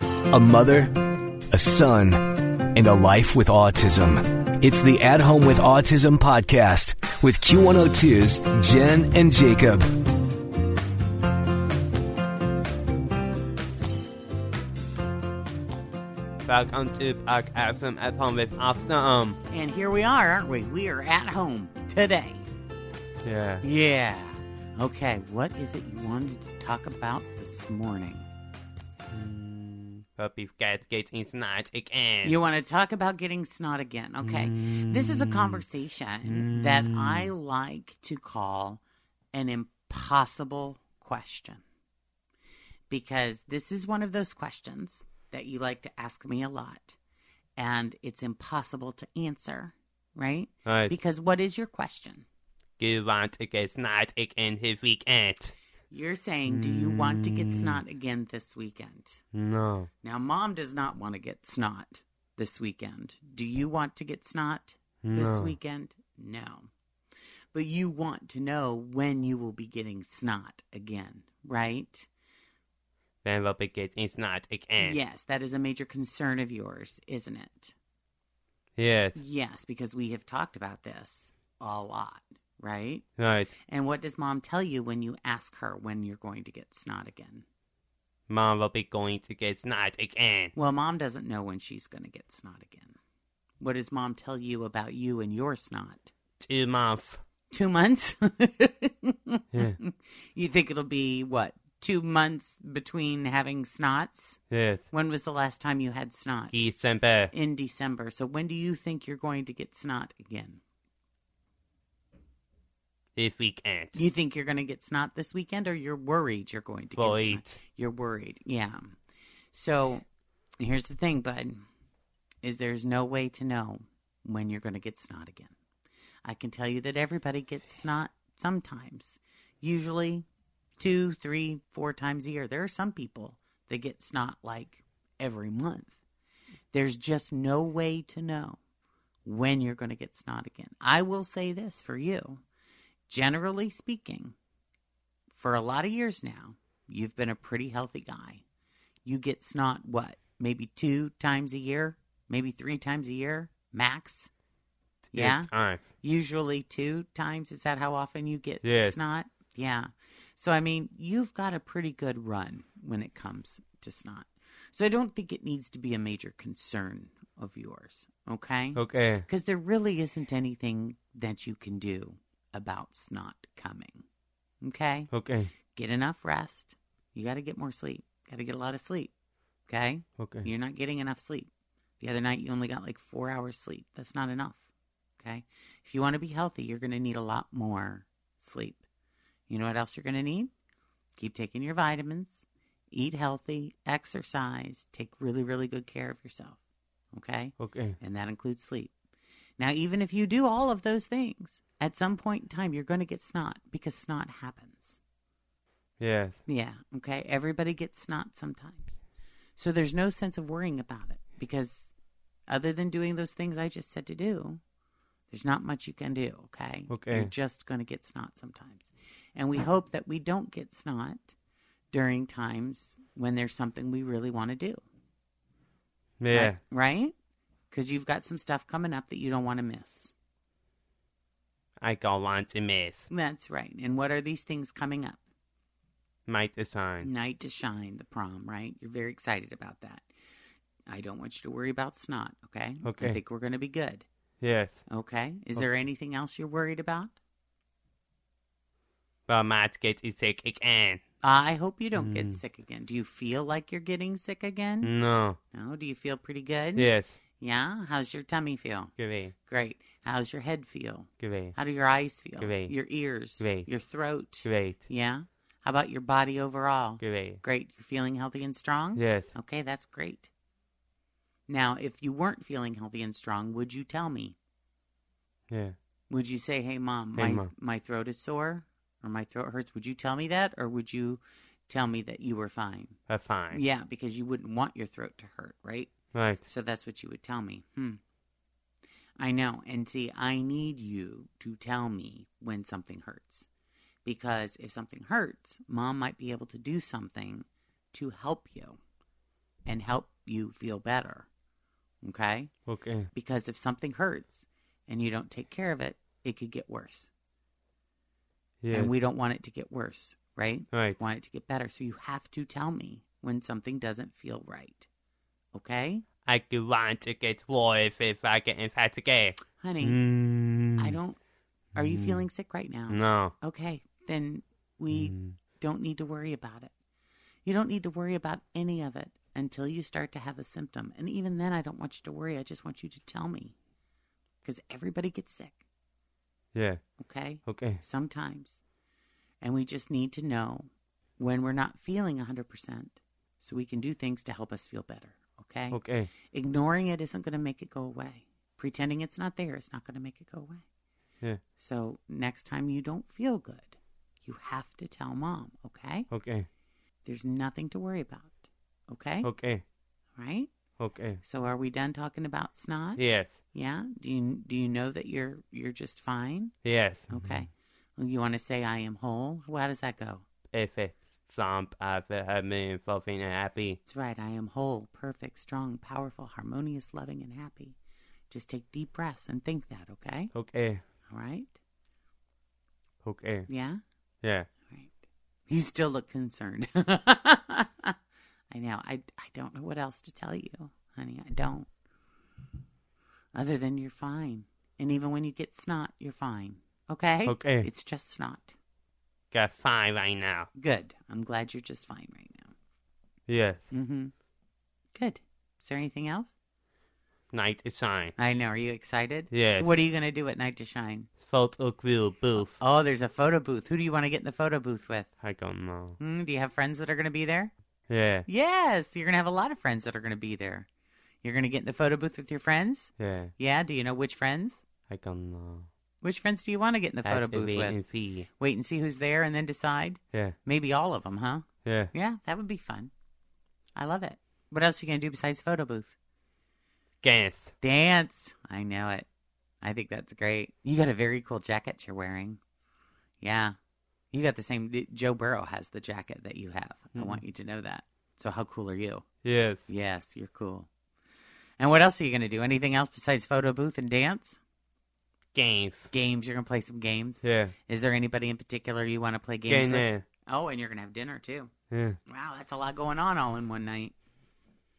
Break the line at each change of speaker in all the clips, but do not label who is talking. a mother, a son, and a life with autism. It's the At Home with Autism podcast with Q102's Jen and Jacob.
Welcome to Podcasm at Home with um, Autism.
And here we are, aren't we? We are at home today.
Yeah.
Yeah. Okay, what is it you wanted to talk about this morning?
Hope you guys getting snatched again.
You want to talk about getting snot again. Okay. This is a conversation that I like to call an impossible question because this is one of those questions that you like to ask me a lot and it's impossible to answer, right?
Right.
Because what is your question?
you want to get snatched again this weekend?
You're saying, do you want to get snot again this weekend?
No.
Now, mom does not want to get snot this weekend. Do you want to get snot this
No.
weekend? No. But you want to know when you will be getting snot again, right?
Then we'll be getting snatched again.
Yes, that is a major concern of yours, isn't it?
Yes.
Yes, because we have talked about this a lot, right?
Right.
And what does mom tell you when you ask her when you're going to get snot again?
Mom will be going to get snatched again.
Well, mom doesn't know when she's going to get snot again. What does mom tell you about you and your snot?
Two months.
Two months?
Yeah.
you think it'll be what? Two months between having snots?
yes.
When was the last time you had snot?
December.
In December. So when do you think you're going to get snot again?
This weekend.
You think you're going to get snot this weekend or you're worried you're going to get
Worried.
snot? You're worried. Yeah. So here's the thing, bud, is there's no way to know when you're going to get snot again. I can tell you that everybody gets snot sometimes, usually two, three, four times a year. There are some people that get snot like every month. There's just no way to know when you're going to get snot again. I will say this for you. Generally speaking, for a lot of years now, you've been a pretty healthy guy. You get snot, what, maybe two times a year, maybe three times a year, max?
Good
Yeah.
Time.
Usually two times. Is that how often you get
Yes.
snot? Yeah. So, I mean, you've got a pretty good run when it comes to snot. So, I don't think it needs to be a major concern of yours. Okay.
Okay.
Because there really isn't anything that you can do about snot coming. Okay
Okay.
get enough rest. You got to get more sleep. Got to get a lot of sleep. Okay?
Okay.
You're not getting enough sleep. The other night you only got like 4 hours sleep. That's not enough. Okay? If you want to be healthy, you're going to need a lot more sleep. You know what else you're going to need? Keep taking your vitamins, eat healthy, exercise, take really really good care of yourself. Okay?
Okay.
and that includes sleep. Now, even if you do all of those things, at some point in time, you're going to get snot because snot happens.
Yes.
Yeah. Okay. Everybody gets snot sometimes. So there's no sense of worrying about it because other than doing those things I just said to do, there's not much you can do. Okay.
Okay.
You're just going to get snot sometimes. And we hope that we don't get snot during times when there's something we really want to do.
Yeah.
Right? Because you've got some stuff coming up that you don't want to miss.
I don't want to miss.
That's right. And what are these things coming up?
Might the sign.
Night to Shine, the prom, right? You're very excited about that. I don't want you to worry about snot, okay?
Okay.
I think we're going to be good,
Yes.
okay? Is there anything else you're worried about?
But might get sick again.
Uh, I hope you don't
Mm.
get sick again. Do you feel like you're getting sick again?
No.
No? Do you feel pretty good?
Yes.
Yeah? How's your tummy feel?
Great.
Great. How's your head feel?
Great.
How do your eyes feel?
Great.
Your ears?
Great.
Your throat?
Great.
Yeah? How about your body overall?
Great.
Great. You're feeling healthy and strong?
Yes.
Okay, that's great. Now, if you weren't feeling healthy and strong, would you tell me?
Yeah.
Would you say, "Hey, mom,
Hey,
my
Mom.
my throat is sore or my throat hurts"? Would you tell me that, or would you tell me that you were fine?
That's fine.
Yeah, because you wouldn't want your throat to hurt, right?
Right.
So that's what you would tell me. Hmm. I know. And see, I need you to tell me when something hurts. Because if something hurts, mom might be able to do something to help you and help you feel better. Okay?
Okay.
Because if something hurts and you don't take care of it, it could get worse.
Yeah.
And we don't want it to get worse, right?
Right.
Want it to get better. So you have to tell me when something doesn't feel right. Okay?
I do want to get worse if I get infatuated.
Honey,
Mm.
I don't. Are you feeling sick right now?
No.
Okay, then we
Mm.
don't need to worry about it. You don't need to worry about any of it until you start to have a symptom. And even then, I don't want you to worry. I just want you to tell me because everybody gets sick,
Yeah.
okay?
Okay.
Sometimes. And we just need to know when we're not feeling 100% so we can do things to help us feel better, okay?
Okay.
Ignoring it isn't going to make it go away. Pretending it's not there is not going to make it go away.
Yeah.
So next time you don't feel good, you have to tell mom, okay?
Okay.
There's nothing to worry about, okay?
Okay.
Right?
Okay.
So are we done talking about snot?
Yes.
Yeah? Do you do you know that you're you're just fine?
Yes.
Okay. Well, You want to say I am whole? Well, How does that go?
If it's some other human something happy.
That's right. I am whole, perfect, strong, powerful, harmonious, loving, and happy. Just take deep breaths and think that, okay?
Okay.
All right?
Okay.
Yeah?
Yeah.
Right. You still look concerned. I know. I, I don't know what else to tell you, honey. I don't. Other than you're fine. And even when you get snot, you're fine. Okay?
Okay.
It's just snot.
Got fine right now.
Good. I'm glad you're just fine right now.
Yes.
Mm-hmm. Good. Is there anything else?
Night is shine.
I know. Are you excited?
Yes.
What are you going to do at night to shine?
Photo grill booth.
Oh, there's a photo booth. Who do you want to get in the photo booth with?
I don't know.
Hmm, do you have friends that are going to be there?
Yeah.
Yes, you're going to have a lot of friends that are going to be there. You're going to get in the photo booth with your friends?
Yeah.
Yeah, do you know which friends?
I don't know.
Which friends do you want to get in the photo booth
Activate
with?
and see.
Wait and see who's there and then decide?
Yeah.
Maybe all of them, huh?
Yeah.
Yeah, that would be fun. I love it. What else are you going to do besides photo booth?
Guess.
Dance. I know it. I think that's great. You got a very cool jacket you're wearing. Yeah. You got the same. Joe Burrow has the jacket that you have. I want you to know that. So, how cool are you?
Yes.
Yes, you're cool. And what else are you going to do? Anything else besides photo booth and dance?
Games.
Games. You're going to play some games.
Yeah.
Is there anybody in particular you want to play games
Games.
with?
Yeah.
Oh, and you're going to have dinner too.
Yeah.
Wow, that's a lot going on all in one night.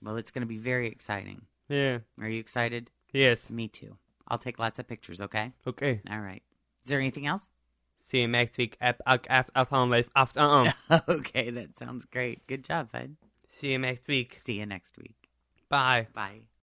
Well, it's going to be very exciting.
Yeah.
Are you excited?
Yes.
Me too. I'll take lots of pictures, okay?
Okay.
All right. Is there anything else?
See you next week at Podcast at Home with After Um.
okay, that sounds great. Good job, bud.
See you next week.
See you next week.
Bye.
Bye.